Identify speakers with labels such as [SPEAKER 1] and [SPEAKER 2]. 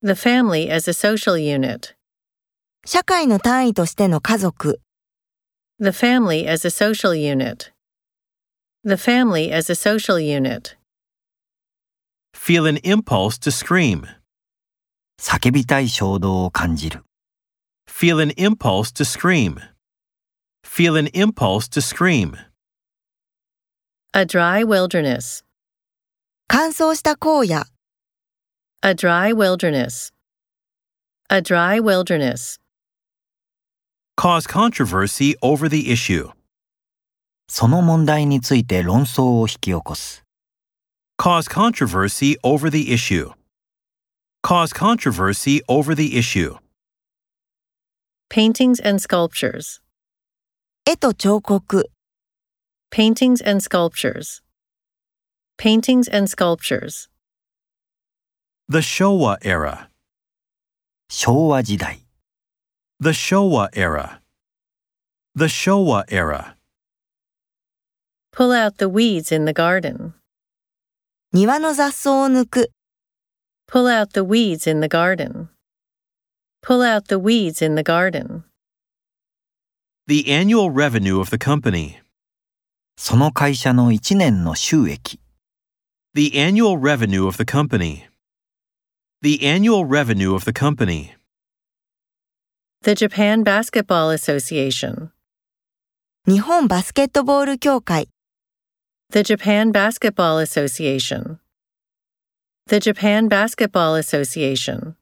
[SPEAKER 1] The family as a social unit.
[SPEAKER 2] 社会の単位としての家族、
[SPEAKER 1] The family as a social unit. The family as a social unit.
[SPEAKER 3] Feel an impulse to scream.
[SPEAKER 4] 叫びたい衝動を感じる。
[SPEAKER 3] Feel an impulse to scream. Feel an impulse to scream.
[SPEAKER 1] A dry wilderness.
[SPEAKER 2] 乾燥した荒野、
[SPEAKER 1] A dry wilderness. A dry wilderness.
[SPEAKER 3] Cause controversy over the issue.
[SPEAKER 4] その問題について論争を引き起こす。
[SPEAKER 3] Cause controversy over the issue. Cause controversy over the issue.
[SPEAKER 1] Paintings and sculptures.
[SPEAKER 2] 絵と彫刻、
[SPEAKER 1] Paintings and sculptures. Paintings and sculptures.
[SPEAKER 3] The Showa era.
[SPEAKER 4] 昭和時代。
[SPEAKER 3] The Showa era. The Showa era.
[SPEAKER 1] Pull out the weeds in the garden.
[SPEAKER 2] 庭の雑草を抜く、
[SPEAKER 1] Pull out the weeds in the garden. Pull out the weeds in the garden.
[SPEAKER 3] The annual revenue of the company.
[SPEAKER 4] その会社の1年の収益。
[SPEAKER 3] The annual revenue of the company. The annual revenue of the company.
[SPEAKER 1] The Japan Basketball Association.
[SPEAKER 2] 日本バスケットボール協会、
[SPEAKER 1] The Japan Basketball Association. The Japan Basketball Association.